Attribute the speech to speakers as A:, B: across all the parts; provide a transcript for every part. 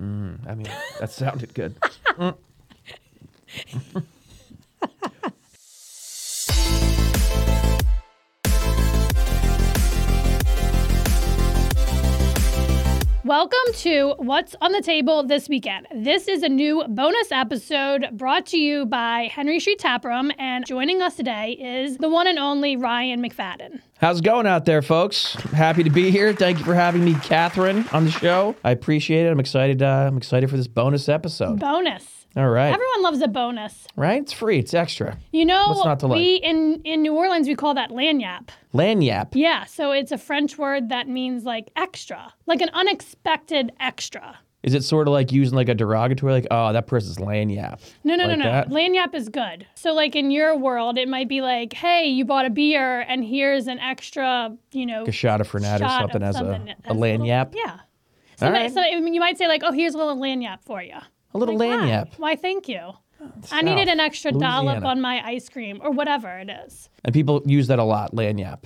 A: Mm, I mean, that sounded good.
B: Welcome to What's on the Table this weekend. This is a new bonus episode brought to you by Henry Street Taproom, and joining us today is the one and only Ryan McFadden.
A: How's it going out there, folks? Happy to be here. Thank you for having me, Catherine, on the show. I appreciate it. I'm excited. Uh, I'm excited for this bonus episode.
B: Bonus.
A: All right,
B: Everyone loves a bonus.
A: right? It's free. It's extra.
B: You know,
A: What's not to like?
B: we in, in New Orleans, we call that lanyap.
A: Lanyap.
B: Yeah, so it's a French word that means like extra, like an unexpected extra.
A: Is it sort of like using like a derogatory, like oh that person's lanyap?
B: No, no,
A: Like
B: no, no.
A: that?
B: Lanyap is good. So, like in your world, it might be like, hey, you bought a beer, and here's an extra, you know,
A: A shot of Fernet or
B: shot
A: something
B: of
A: as
B: something
A: a,
B: as
A: a
B: little-
A: lanyap.
B: Yeah. So,
A: All
B: that-
A: right.
B: so I mean, you might say like, oh, here's a little lanyap for you.
A: A little
B: Like, why?
A: lanyap.
B: Why? Thank you. I needed an extra dollop
A: Louisiana.
B: on my ice cream or whatever it is.
A: And people use that a lot. Lanyap.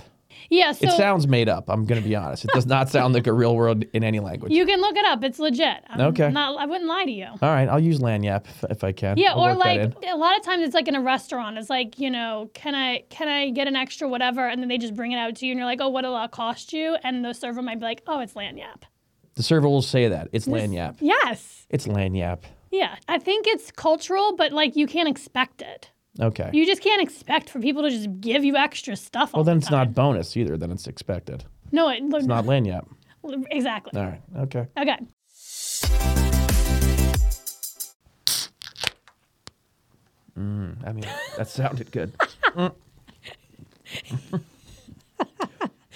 B: Yeah. So
A: It sounds made up. I'm gonna be honest. It does not sound like a real word in any language.
B: you can look it up. It's legit. I'm
A: Okay.
B: Not, I wouldn't lie to you.
A: All right, I'll use lanyap if, if I can.
B: Yeah,
A: I'll
B: or
A: work that in.
B: like a lot of times it's like in a restaurant. It's like you know, can I can I get an extra whatever, and then they just bring it out to you, and you're like, oh, what'll it cost you? And the server might be like, oh, it's lanyap.
A: The server will say that. It's lanyap.
B: Yes,
A: It's lanyap.
B: yeah. I think it's cultural, but like you can't expect it.
A: Okay.
B: You just can't expect for people to just give you extra stuff.
A: well, then it's not bonus either. Then it's expected.
B: No, it,
A: It's not lanyap.
B: exactly.
A: All right. Okay.
B: Okay.
A: I mean, that sounded good.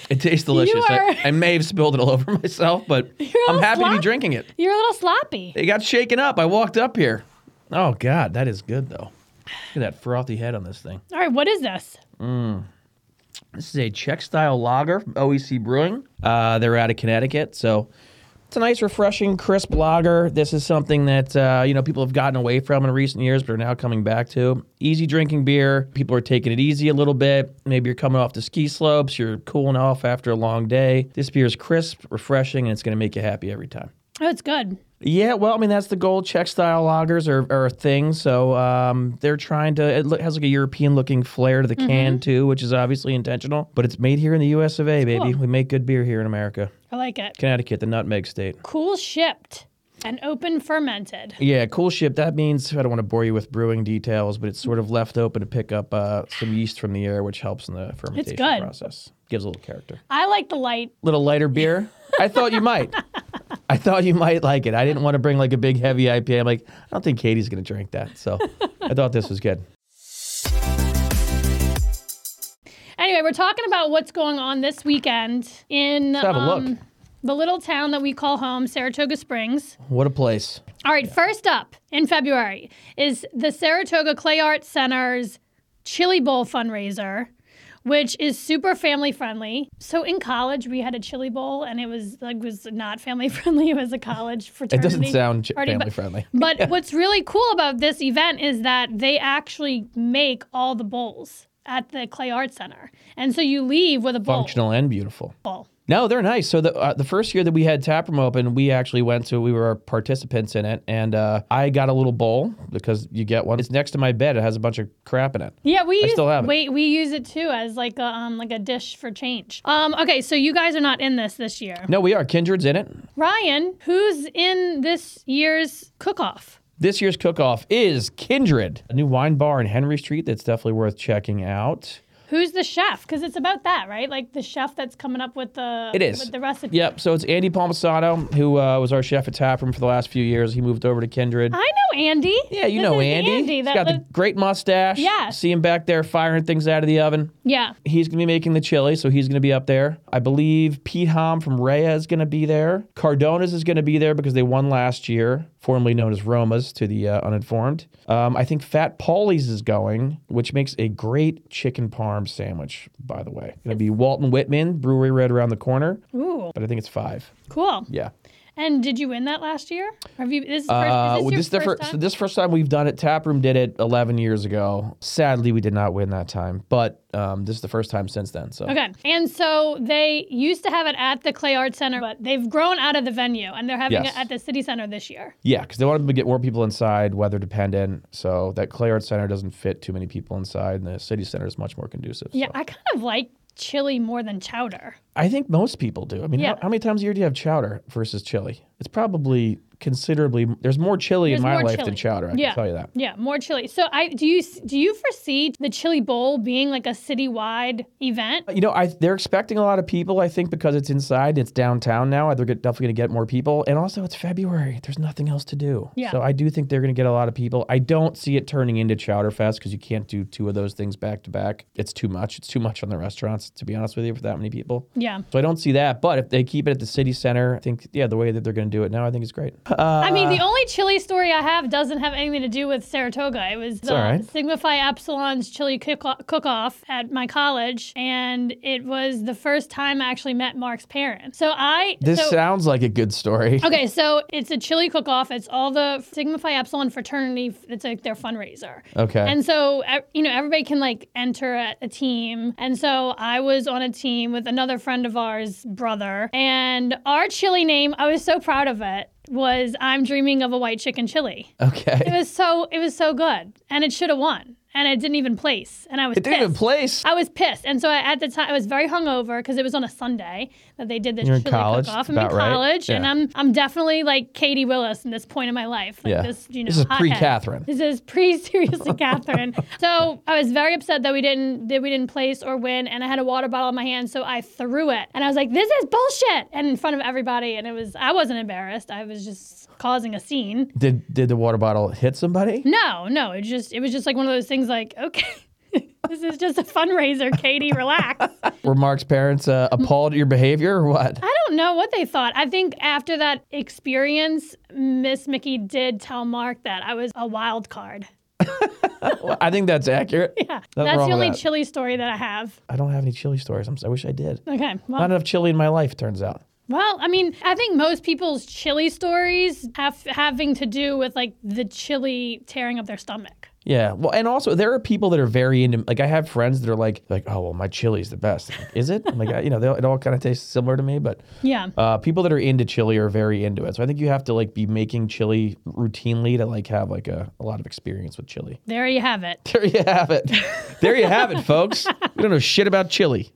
A: it tastes delicious.
B: are-
A: I, I may have spilled it all over myself, but
B: You're
A: I'm
B: all
A: happy to
B: slop-
A: be drinking it.
B: You're a little sloppy.
A: It got shaken up. I walked up here. Oh God, that is good though. Look at that frothy head on this thing.
B: All right, what is this?
A: This is a Czech style lager from OEC Brewing. Uh, they're out of Connecticut, so it's a nice, refreshing, crisp lager. This is something that uh, you know people have gotten away from in recent years, but are now coming back to. Easy drinking beer. People are taking it easy a little bit. Maybe you're coming off the ski slopes. You're cooling off after a long day. This beer is crisp, refreshing, and it's going to make you happy every time.
B: Oh, it's good.
A: Yeah, well, I mean that's the goal. Czech style lagers are, are a thing, so um, they're trying to. It lo- has like a European looking flair to the
B: Mm-hmm.
A: can too, which is obviously intentional. But it's made here in the U.S. of A. Baby,
B: cool.
A: we make good beer here in America,
B: I like it.
A: Connecticut, the nutmeg state.
B: Cool shipped and open fermented.
A: Yeah, cool ship. That means I don't want to bore you with brewing details, but it's sort of left open to pick up uh, some yeast from the air, which helps in the fermentation
B: good.
A: process. Gives a little character.
B: I like the light.
A: little lighter beer. I thought you might. I thought you might like it. I didn't want to bring like a big heavy IPA. I'm like, I don't think Katie's gonna drink that. So I thought this was good.
B: Anyway, we're talking about what's going on this weekend in um,
A: have a look.
B: the little town that we call home, Saratoga Springs.
A: What a place.
B: All right, first up in February is the Saratoga Clay Arts Center's Chili Bowl fundraiser, which is super family friendly. So in college, we had a Chili Bowl, and it was like was not family friendly. It was a college
A: It
B: fraternity.
A: doesn't sound j-
B: party,
A: family
B: but-
A: friendly.
B: But what's really cool about this event is that they actually make all the bowls at the Clay Arts Center, and so you leave with a bowl.
A: Functional and beautiful.
B: Bowl.
A: No, they're nice. So the uh, the first year that we had Taproom open, we actually went to we were participants in it, and uh, I got a little bowl because you get one. It's next to my bed. It has a bunch of crap in it.
B: Yeah, we use,
A: still have it.
B: wait. We use it too as like a um, like a dish for change. Um, okay, so you guys are not in this this year.
A: No, we are kindreds in it.
B: Ryan, who's in this year's cook-off?
A: This year's cook-off is Kindred, a new wine bar in Henry Street that's definitely worth checking out.
B: Who's the chef? Because it's about that, right? Like the chef that's coming up with the
A: It is.
B: with the recipe.
A: Yep. So it's Andy Palmasano, who uh, was our chef at Taproom for the last few years. He moved over to Kindred.
B: I know Andy.
A: yeah, you
B: This
A: know
B: is
A: Andy.
B: Andy
A: He's
B: that
A: got the
B: lived-
A: great mustache.
B: Yes.
A: See him back there firing things out of the oven.
B: yeah.
A: He's going to be making the chili, so he's going to be up there. I believe Pete Hom from Rea is going to be there. Cardona's is going to be there because they won last year, formerly known as Roma's to the uh, uninformed. Um, I think Fat Paulie's is going, which makes a great chicken parm sandwich, by the way. Going to be Walton Whitman, brewery right around the corner,
B: Ooh.
A: but I think it's five.
B: Cool.
A: Yeah.
B: And did you win that last year? Have you? This is, first,
A: Uh, well,
B: is this, your
A: this the
B: first
A: first
B: time?
A: so this first time we've done it. Taproom did it 11 years ago. Sadly, we did not win that time, but um, this is the first time since then. So
B: Okay. And so they used to have it at the Clay Arts Center, but they've grown out of the venue and they're having
A: Yes.
B: it at the City Center this year.
A: yeah, because they wanted to get more people inside, weather dependent. So that Clay Arts Center doesn't fit too many people inside, and the city center is much more conducive.
B: Yeah,
A: so.
B: I kind of like chili more than chowder.
A: I think most people do. I mean,
B: Yeah.
A: how, how many times a year do you have chowder versus chili? It's probably considerably. There's more chili
B: There's
A: in my
B: more
A: life
B: chili.
A: than chowder. I
B: Yeah.
A: can tell you that.
B: Yeah, more chili. So I do you do you foresee the chili bowl being like a citywide event?
A: Uh, You know, I they're expecting a lot of people. I think because it's inside, it's downtown now. They're get- definitely going to get more people, and also it's February. There's nothing else to do.
B: Yeah.
A: So I do think they're going to get a lot of people. I don't see it turning into Chowder Fest because you can't do two of those things back to back. It's too much. It's too much on the restaurants, to be honest with you, for that many people.
B: Yeah.
A: So I don't see that. But if they keep it at the city center, I think yeah, the way that they're going to do it now, I think it's great.
B: I mean,
A: Uh.
B: the only chili story I have doesn't have anything to do with Saratoga. It was the
A: all right.
B: Signify Epsilon's chili cook off at my college, and it was the first time I actually met Mark's parents. So I
A: This uh,
B: so,
A: sounds like a good story.
B: Okay, so it's a chili cook off. It's all the Sigma Phi Epsilon fraternity. It's like their fundraiser.
A: Okay.
B: And so, e- you know, everybody can like enter a, a team. And so I was on a team with another friend of ours, brother. And our chili name, I was so proud of it, was I'm Dreaming of a White Chicken Chili. It
A: okay.
B: was so, it was so good. And it should have won. And it didn't even place. And I was
A: It didn't even
B: pissed.
A: place.
B: I was pissed, and so I, at the time I was very hungover because it was on a Sunday that they did this
A: You're in
B: chili
A: college,
B: cook-off. I'm in
A: about right.
B: college, and
A: Yeah.
B: I'm I'm definitely like Katie Willis in this point in my life. Like
A: Yeah.
B: this, you know,
A: This is
B: hothead.
A: pre-Catherine.
B: This is pre seriously Catherine. So I was very upset that we didn't that we didn't place or win, and I had a water bottle in my hand, so I threw it, and I was like, "This is bullshit!" And in front of everybody, and it was I wasn't embarrassed. I was just causing a scene.
A: Did did the water bottle hit somebody?
B: No, no, it just it was just like one of those things. Like, okay. this is just a fundraiser, Katie. Relax.
A: Were Mark's parents uh, appalled at your behavior or what?
B: I don't know what they thought. I think after that experience, Miss Mickey did tell Mark that I was a wild card.
A: Well, I think that's accurate.
B: Yeah.
A: Nothing wrong
B: That's
A: with
B: the only
A: that.
B: chili story that I have.
A: I don't have any chili stories. I'm, si wish I did.
B: Okay. Well,
A: Not enough chili in my life, turns out.
B: well, I mean, I think most people's chili stories have having to do with like the chili tearing up their stomach.
A: Yeah. Well, and also there are people that are very into. Like I have friends that are like, like, oh well, my chili's the best. I'm like, Is it? I'm like, I- you know, they, all- it all kind of tastes similar to me, but
B: Yeah.
A: uh, people that are into chili are very into it. So I think you have to like be making chili routinely to like have like a, a lot of experience with chili.
B: There you have it.
A: There you have it. There you have it, folks. We don't know shit about chili.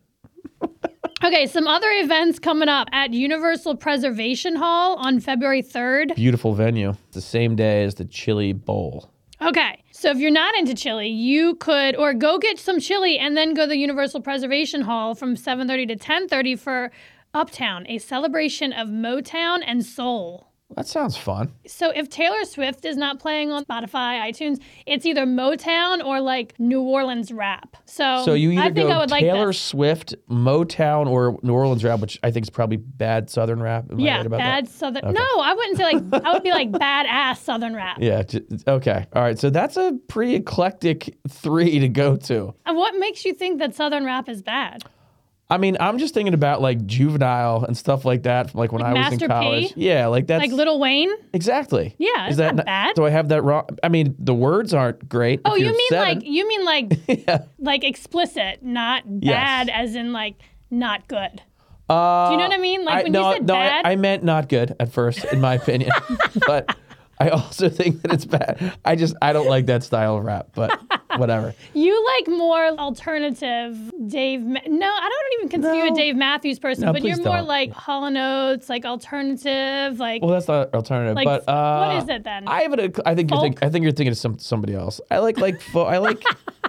B: Okay, some other events coming up at Universal Preservation Hall on February 3rd.
A: Beautiful venue. It's the same day as the Chili Bowl.
B: Okay. So if you're not into chili, you could or go get some chili and then go to the Universal Preservation Hall from 7:30 to 10:30 for Uptown, a celebration of Motown and soul.
A: That sounds fun.
B: So if Taylor Swift is not playing on Spotify, iTunes, it's either Motown or like New Orleans rap. So,
A: So you either
B: I think
A: go
B: I would
A: Taylor
B: like this.
A: Swift, Motown, or New Orleans rap, which I think is probably bad Southern rap. Am I
B: Yeah,
A: right about
B: bad
A: That?
B: southern. No, I wouldn't say like I would be like badass southern rap.
A: Yeah. j- Okay. All right. So that's a pretty eclectic three to go to.
B: And what makes you think that southern rap is bad?
A: I mean, I'm just thinking about like juvenile and stuff like that. From, like when
B: Like
A: I was
B: Master
A: in
B: P?
A: college. Yeah. Like that's
B: Like Little Wayne?
A: exactly.
B: Yeah,
A: Is
B: it's
A: that
B: not bad.
A: Do I have that wrong? I mean, the words aren't great.
B: Oh, you mean like you mean like like explicit, not
A: Yes.
B: bad, as in like not good.
A: Uh,
B: Do you know what I mean? Like
A: I-
B: when
A: no,
B: you said
A: no, I-
B: bad.
A: I, meant not good at first, in my opinion. but I also think that it's bad. I just I don't like that style of rap, but whatever.
B: You like more alternative Dave. Ma- no, I don't even consider you a
A: No.
B: Dave Matthews person,
A: No,
B: but you're
A: please
B: more
A: don't.
B: like Hall and Oates, like alternative, like
A: Well, that's not alternative,
B: Like,
A: but uh,
B: what is it then?
A: I have an. ec- I think you're think,
B: Folk?
A: I think you're thinking of some somebody else. I like like fo- I like.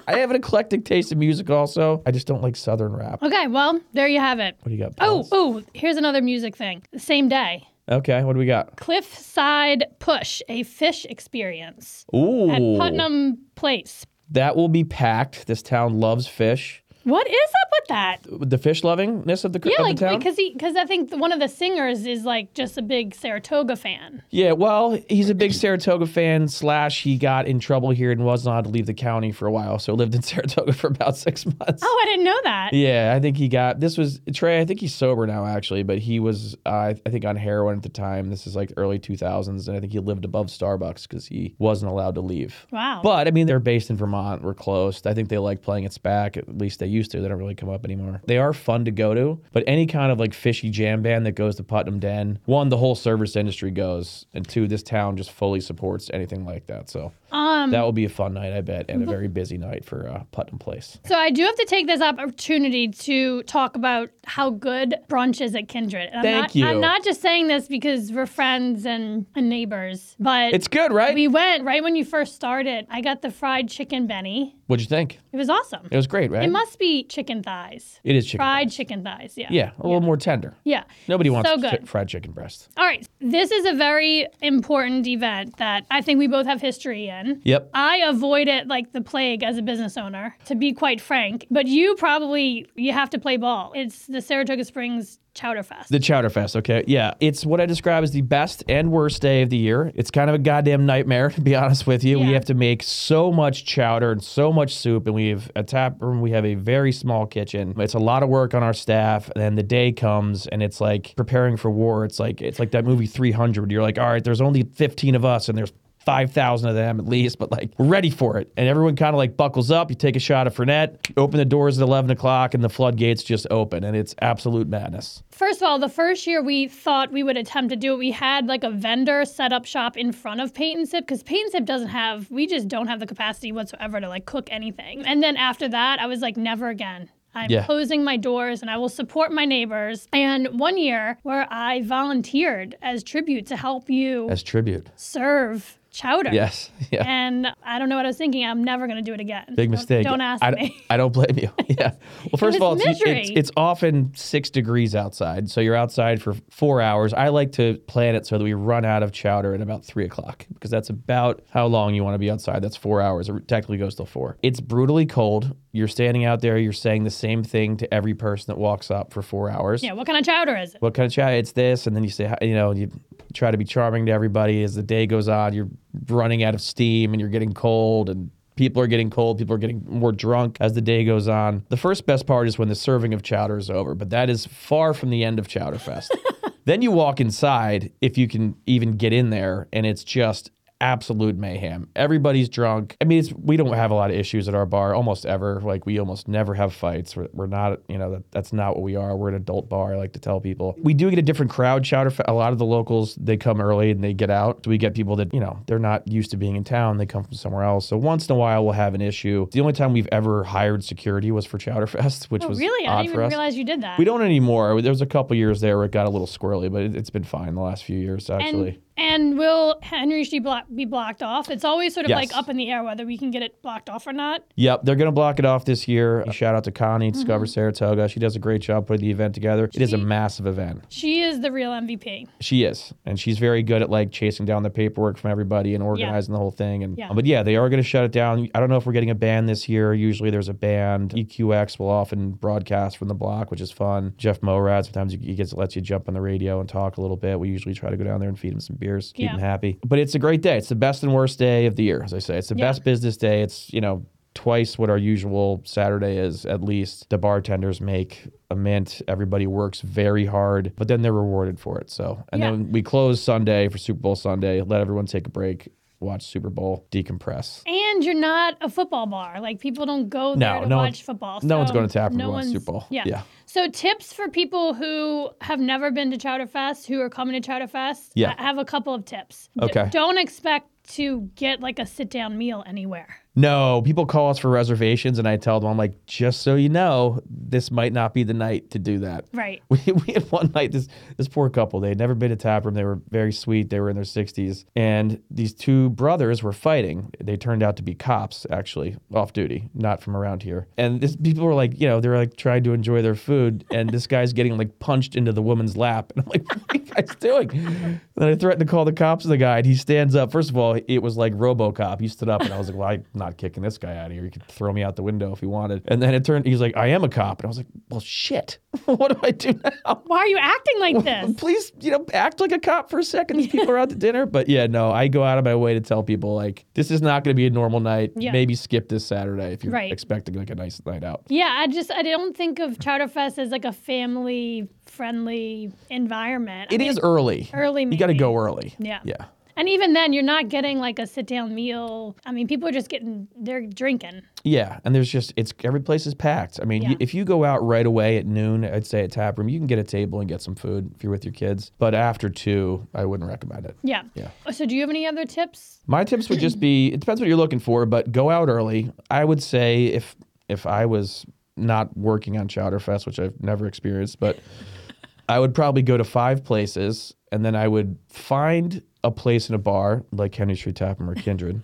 A: I have an eclectic taste in music. Also, I just don't like southern rap. What
B: Okay, well, there you have it.
A: do you got?
B: Oh,
A: Pels?
B: oh, here's another music thing. The Same day.
A: Okay, what do we got?
B: Cliffside Push, a fish experience
A: Ooh,
B: at Putnam Place.
A: that will be packed. This town loves fish.
B: What is up with that?
A: The fish lovingness of the,
B: Yeah,
A: of
B: like
A: the town?
B: because he because I think the, one of the singers is like just a big Saratoga fan.
A: Yeah, well, he's a big Saratoga fan. Slash, he got in trouble here and wasn't allowed to leave the county for a while, so lived in Saratoga for about six months.
B: Oh, I didn't know that.
A: Yeah, I think he got this was Trey. I think he's sober now, actually, but he was uh, I I think on heroin at the time. This is like early two thousands, and I think he lived above Starbucks because he wasn't allowed to leave.
B: Wow.
A: But I mean, they're based in Vermont. We're close. I think they like playing at SPAC. At least they used to. They don't really come up anymore. They are fun to go to, but any kind of like fishy jam band that goes to Putnam Den, one, the whole service industry goes, and two, this town just fully supports anything like that. So
B: um,
A: that will be a fun night, I bet, and a very busy night for uh, Putnam Place.
B: so I do have to take this opportunity to talk about how good brunch is at Kindred. And I'm
A: Thank
B: not,
A: you.
B: I'm not just saying this because we're friends and, and neighbors, but
A: It's good, right?
B: we went right when you first started. I got the fried chicken Benny.
A: What'd you think?
B: It was awesome.
A: It was great, right?
B: It must be chicken thighs,
A: It is chicken.
B: fried chicken thighs. Yeah.
A: Yeah, a little more tender.
B: Yeah.
A: Nobody wants
B: So
A: chi-
B: good.
A: fried chicken breast.
B: All right. This is a very important event that I think we both have history in.
A: Yep.
B: I avoid it like the plague as a business owner, to be quite frank. But you probably you have to play ball. It's the Saratoga Springs Chowder Fest.
A: The Chowder Fest, okay. Yeah. It's what I describe as the best and worst day of the year. It's kind of a goddamn nightmare, to be honest with you. We
B: Yeah.
A: have to make so much chowder and so much soup, and we have a tap room. We have a very small kitchen. It's a lot of work on our staff. And then the day comes, and it's like preparing for war. It's like it's like that movie 300. You're like, all right, there's only 15 of us, and there's 5,000 of them at least, but like we're ready for it. And everyone kind of like buckles up. You take a shot of Fernet, open the doors at 11 o'clock, and the floodgates just open. And it's absolute madness.
B: First of all, the first year we thought we would attempt to do it, we had like a vendor set up shop in front of Paint and Sip because Paint and Sip doesn't have, we just don't have the capacity whatsoever to like cook anything. And then after that, I was like, never again. I'm
A: Yeah.
B: closing my doors and I will support my neighbors. And one year where I volunteered as tribute to help you
A: As tribute.
B: serve chowder.
A: Yes. Yeah.
B: And I don't know what I was thinking. I'm never going to do it again.
A: Big
B: So
A: mistake.
B: Don't ask
A: I,
B: me.
A: I don't blame you. Yeah. Well, first of all,
B: was
A: it's, it's,
B: misery.
A: it's often six degrees outside. So you're outside for four hours. I like to plan it so that we run out of chowder at about three o'clock because that's about how long you want to be outside. That's four hours. It technically goes till four. It's brutally cold. You're standing out there. You're saying the same thing to every person that walks up for four hours
B: Yeah, what kind of chowder is it?
A: what kind of chat it's this and then you say you know you try to be charming to everybody as the day goes on you're running out of steam and you're getting cold and people are getting cold people are getting more drunk as the day goes on the first best part is when the serving of chowder is over but that is far from the end of chowder fest then you walk inside if you can even get in there and it's just absolute mayhem. Everybody's drunk. I mean, it's we don't have a lot of issues at our bar almost ever. Like we almost never have fights. We're, we're not, you know, that, that's not what we are. We're an adult bar. I like to tell people we do get a different crowd. Chowder. Fe- A lot of the locals they come early and they get out. So we get people that you know they're not used to being in town. They come from somewhere else. So once in a while we'll have an issue. The only time we've ever hired security was for Chowder Fest, which
B: Oh,
A: was
B: really?
A: odd
B: I didn't
A: for
B: even
A: us.
B: realize you did that.
A: we don't anymore. There was a couple years there where it got a little squirrely, but it, it's been fine the last few years actually.
B: And, and will Henry Street block, be blocked off? It's always sort of
A: Yes.
B: like up in the air whether we can get it blocked off or not.
A: Yep, they're going to block it off this
B: Mm-hmm.
A: year. Shout out to Connie, Discover Saratoga. She does a great job putting the event together. It is a
B: She-
A: massive event.
B: She is the real MVP.
A: She is, and she's very good at like chasing down the paperwork from everybody and organizing the whole thing. And
B: Yeah.
A: but yeah, they are going to shut it down. I don't know if we're getting a ban this year. Usually there's a ban. EQX will often broadcast from the block, which is fun. Jeff Morad sometimes he gets lets you jump on the radio and talk a little bit. We usually try to go down there and feed him some beers, keep
B: Yeah.
A: him happy. But it's a great day. It's the best and worst day of the year, as I say. It's the
B: Yeah.
A: best business day. It's you know twice what our usual Saturday is, at least. The bartenders make a mint. Everybody works very hard, but then they're rewarded for it. So, and
B: Yeah.
A: then we close Sunday for Super Bowl Sunday, let everyone take a break, watch Super Bowl, decompress.
B: And you're not a football bar. Like people don't go
A: No,
B: there to
A: no one-
B: watch football.
A: no one's
B: so
A: going to tap room
B: no
A: to watch
B: one's-
A: Super Bowl.
B: Yeah.
A: Yeah.
B: So tips for people who have never been to Chowder Fest, who are coming to Chowder Fest.
A: Yeah.
B: I have a couple of tips.
A: Okay.
B: don't expect to get like a sit down meal anywhere.
A: No, people call us for reservations, and I tell them, I'm like, just so you know, this might not be the night to do that.
B: Right.
A: We, we had one night this this poor couple they had never been to tap room they were very sweet they were in their 60s and these two brothers were fighting they turned out to be cops actually off duty not from around here and this people were like you know they're like trying to enjoy their food and this guy's getting like punched into the woman's lap and I'm like what are you guys doing Then I threatened to call the cops on the guy, and he stands up. First of all, it was like RoboCop. He stood up, and I was like, "Well, I'm not kicking this guy out of here. He could throw me out the window if he wanted." And then it turned. He's like, "I am a cop," and I was like, "Well, shit. what do I do now?
B: Why are you acting like this?
A: Please, you know, act like a cop for a second. These people are out to dinner." But yeah, no, I go out of my way to tell people like, "This is not going to be a normal night.
B: Yeah.
A: Maybe skip this Saturday if you're
B: Right.
A: expecting like a nice night out."
B: Yeah, I just I don't think of Chowderfest as like a family friendly environment. I
A: It
B: mean,
A: is early.
B: early.
A: You got to
B: maybe.
A: go early.
B: Yeah.
A: Yeah.
B: And even then, you're not getting like a sit down meal. I mean, people are just getting they're drinking.
A: Yeah, and there's just it's every place is packed. I mean,
B: Yeah.
A: you, if you go out right away at noon, I'd say at tap room, you can get a table and get some food if you're with your kids. But after two, I wouldn't recommend it.
B: Yeah. Oh,
A: Yeah.
B: So, do you have any other tips?
A: My tips would just be it depends what you're looking for, but go out early. I would say if if I was not working on Chowderfest, which I've never experienced, but I would probably go to five places and then I would find a place in a bar like Henry Street Tapham or Kindred.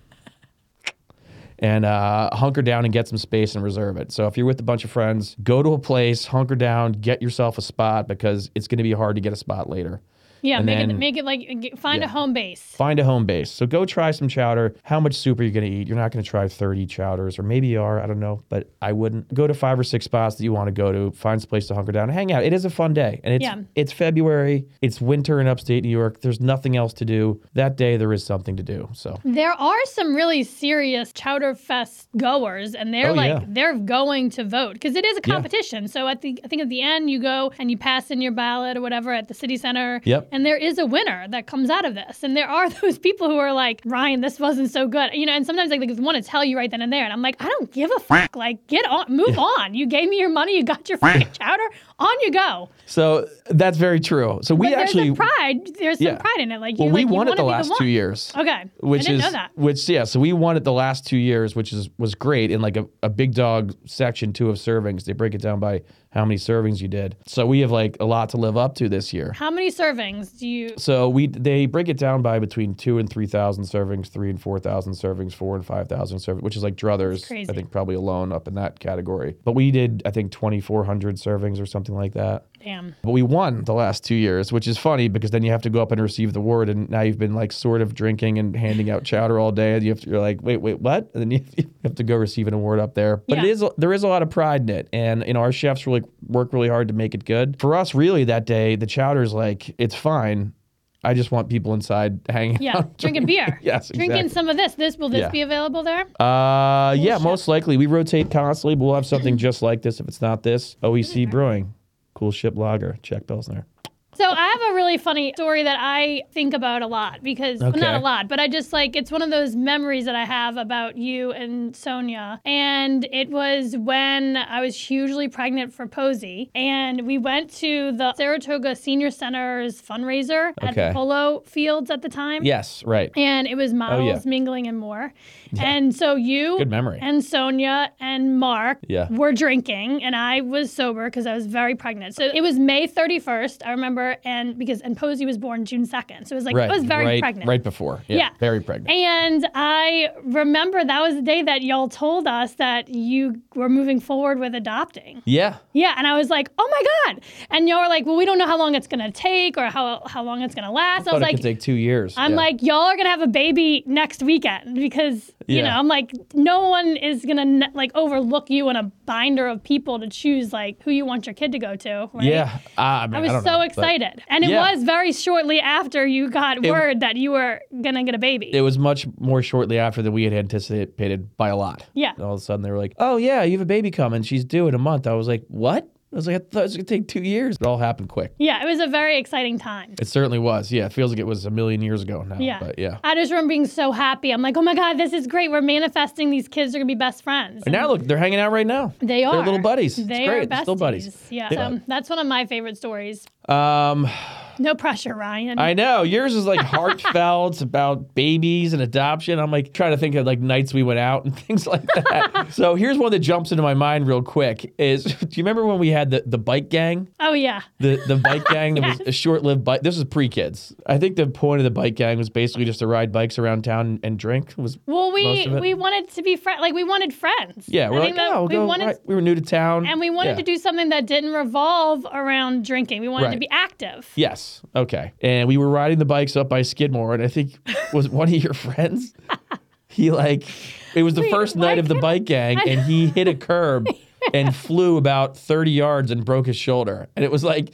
A: And uh, hunker down and get some space and reserve it. So if you're with a bunch of friends, go to a place, hunker down, get yourself a spot because it's going to be hard to get a spot later.
B: Yeah,
A: And
B: make it
A: then-
B: make it like get- find a
A: Yeah.
B: home base.
A: Find a home base. So go try some chowder. How much soup are you going to eat? You're not going to try 30 chowders, or maybe you are. I don't know, but I wouldn't. Go to five or six spots that you want to go to. Find some place to hunker down and hang out. It is a fun day, and it's
B: Yeah.
A: it's February. It's winter in upstate New York. There's nothing else to do that day. There is something to do. So
B: There are some really serious chowder fest goers, and they're
A: Oh,
B: like
A: yeah.
B: they're going to vote because it is a competition. So at the I think at the end you go and you pass in your ballot or whatever at the city center.
A: Yep.
B: And there is a winner that comes out of this, and there are those people who are like Ryan, this wasn't so good, you know. And sometimes like they just want to tell you right then and there, and I'm like, I don't give a fuck. Like get on, move on. You gave me your money, you got your fucking chowder, on you go.
A: so that's very true. So we
B: but
A: actually
B: there's a pride. There's some
A: yeah.
B: pride in it. Like you,
A: well
B: like,
A: we
B: you
A: won
B: wanna
A: it the
B: be
A: last two
B: one.
A: years.
B: Okay.
A: which
B: I didn't
A: is
B: know that.
A: which yeah so we won it the last two years which is was great in like a, a big dog section two of servings they break it down by how many servings you did so we have like a lot to live up to this year
B: How many servings do you?
A: so we they break it down by between two and three thousand servings three and four thousand servings four and five thousand servings which is like druthers
B: crazy.
A: i think probably alone up in that category but we did i think 2400 servings or something like that
B: Damn.
A: but we won the last two years, which is funny because then you have to go up and receive the award, and now you've been like sort of drinking and handing out chowder all day, and you have to, you're like, wait, wait, what? And then you, you have to go receive an award up there. But
B: Yeah.
A: it is there is a lot of pride in it, and you know our chefs really work really hard to make it good. For us, really, that day the chowder's like it's fine. I just want people inside hanging
B: Yeah.
A: out.
B: Drinking beer.
A: Yes,
B: Drinking
A: exactly.
B: some of this. This will this
A: Yeah.
B: be available there?
A: Uh, yeah,
B: Chef.
A: most likely we rotate constantly, but we'll have something just like this if it's not this. OEC Brewing, Cool Ship Lager, Jack Belzner.
B: So I have a really funny story that I think about a lot because well, not
A: Okay.
B: a lot, but I just like it's one of those memories that I have about you and Sonia. And it was when I was hugely pregnant for Posey, and we went to the Saratoga Senior Center's fundraiser at the
A: Okay.
B: polo fields at the time.
A: Yes, right.
B: And it was models mingling and more. And so you
A: Oh, Good memory.
B: and Sonia and Mark
A: Yeah.
B: were drinking, and I was sober because I was very pregnant. So it was May 31st, I remember, and because and Posey was born June 2nd, so it was like I was very
A: right,
B: pregnant.
A: Right before. Yeah.
B: Yeah.
A: Very pregnant.
B: And I remember that was the day that y'all told us that you were moving forward with adopting.
A: yeah.
B: Yeah, and I was like, "Oh my god!" And y'all were like, "Well, we don't know how long it's gonna take or how how long it's gonna last." I,
A: Thought
B: was
A: it
B: like,
A: could take two years.
B: I'm
A: Yeah.
B: like, y'all are gonna have a baby next weekend because you
A: Yeah.
B: know, I'm like, no one is gonna n- like overlook you in a binder of people to choose like who you want your kid to go to. Right?
A: Yeah. Uh, I, mean,
B: I
A: I
B: was
A: don't
B: so
A: know, but
B: excited, and it
A: Yeah.
B: was very shortly after you got word that you were gonna get a baby.
A: It was much more shortly after than we had anticipated by a lot.
B: Yeah.
A: And all of a sudden they were like, "Oh yeah, you have a baby coming. She's due in a month." I was like, "What?" I was like, "I thought it was gonna take two years." It all happened quick.
B: yeah, it was a very exciting time.
A: It certainly was. Yeah. It feels like it was a million years ago now.
B: Yeah.
A: But yeah.
B: I just remember being so happy. I'm like, oh my god, this is great. We're manifesting. These kids are gonna be best friends.
A: And now look, they're hanging out right now.
B: they are
A: They're little buddies.
B: They
A: It's
B: are
A: great. They're
B: besties.
A: still buddies.
B: Yeah,
A: Yeah.
B: So that's one of my favorite stories.
A: Um,
B: No pressure, Ryan.
A: I know yours is like heartfelt about babies and adoption. I'm like trying to think of like nights we went out and things like that. so here's one that jumps into my mind real quick is do you remember when we had the, the bike gang?
B: oh yeah.
A: The the bike gang that was a short lived bike. This was pre kids. I think the point of the bike gang was basically just to ride bikes around town and drink. Was
B: Well,
A: most
B: we
A: of it.
B: we wanted to be friends. Like we wanted friends.
A: yeah, we're
B: I
A: like
B: think that
A: oh,
B: we
A: go
B: wanted,
A: ride." we were new to town
B: and we wanted
A: Yeah.
B: to do something that didn't revolve around drinking. We wanted to
A: Right.
B: be active.
A: Yes, Yes. Okay. And we were riding the bikes up by Skidmore, and I think was one of your friends. He like it was the
B: Wait,
A: first
B: why
A: night of the
B: couldn't-
A: bike gang, and he hit a curb and flew about thirty yards and broke his shoulder. And it was like,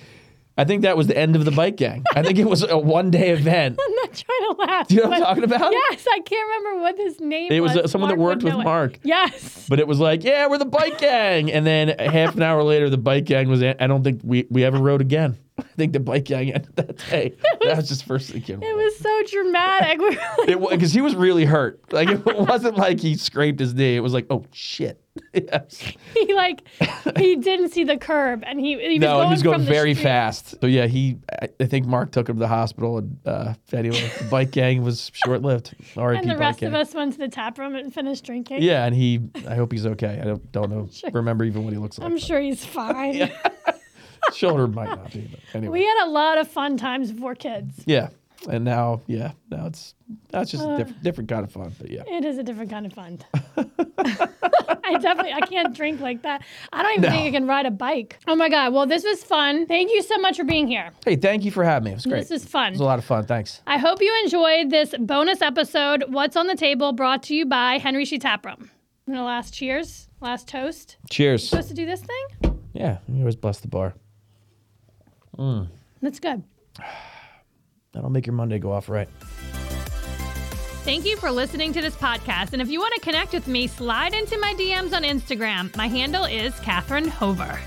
A: I think that was the end of the bike gang. I think it was a one day event.
B: I'm not trying to laugh.
A: Do you know what I'm
B: but-
A: talking about?
B: Yes, I can't remember what his name
A: It was
B: was.
A: uh, someone that
B: Mark
A: worked
B: would
A: with
B: know it.
A: Mark.
B: Yes.
A: But it was like, yeah, we're the bike gang. And then a half an hour later, the bike gang was. I don't think we, we ever rode again. I think the bike gang ended that day. that was just first thing.
B: It was so dramatic. We were like,
A: It because he was really hurt. Like it wasn't like he scraped his knee. It was like, oh shit. Yes.
B: he like he didn't see the curb and he, he was
A: No,
B: going
A: he was going
B: from the
A: very
B: street.
A: fast. So yeah, he. I- I think Mark took him to the hospital, and uh, anyway, the bike gang was short lived. R.I.P.
B: And the
A: bike
B: rest
A: gang.
B: of us went to the tap room and finished drinking.
A: Yeah, and he. I hope he's okay. I don't, don't know.
B: sure-
A: Remember even what he looks like.
B: I'm sure he's fine.
A: Shoulder might not be, but anyway.
B: We had a lot of fun times before kids.
A: Yeah. And now, yeah, now it's that's just
B: Uh.
A: a diff- different kind of fun. But yeah,
B: It is a different kind of fun. I definitely I can't drink like that. I don't even
A: No.
B: think I can ride a bike. Oh my god. Well, this was fun. Thank you so much for being here.
A: hey, thank you for having me. It was great.
B: This was fun.
A: it was a lot of fun. Thanks.
B: I hope you enjoyed this bonus episode, What's on the Table, brought to you by Henry She Taproom. And a last cheers, last toast.
A: Cheers.
B: Supposed to do this thing?
A: Yeah, you always bless the bar.
B: That's good.
A: That'll make your Monday go off right.
B: Thank you for listening to this podcast. And if you want to connect with me, slide into my DMs on Instagram. My handle is Katherine Hover.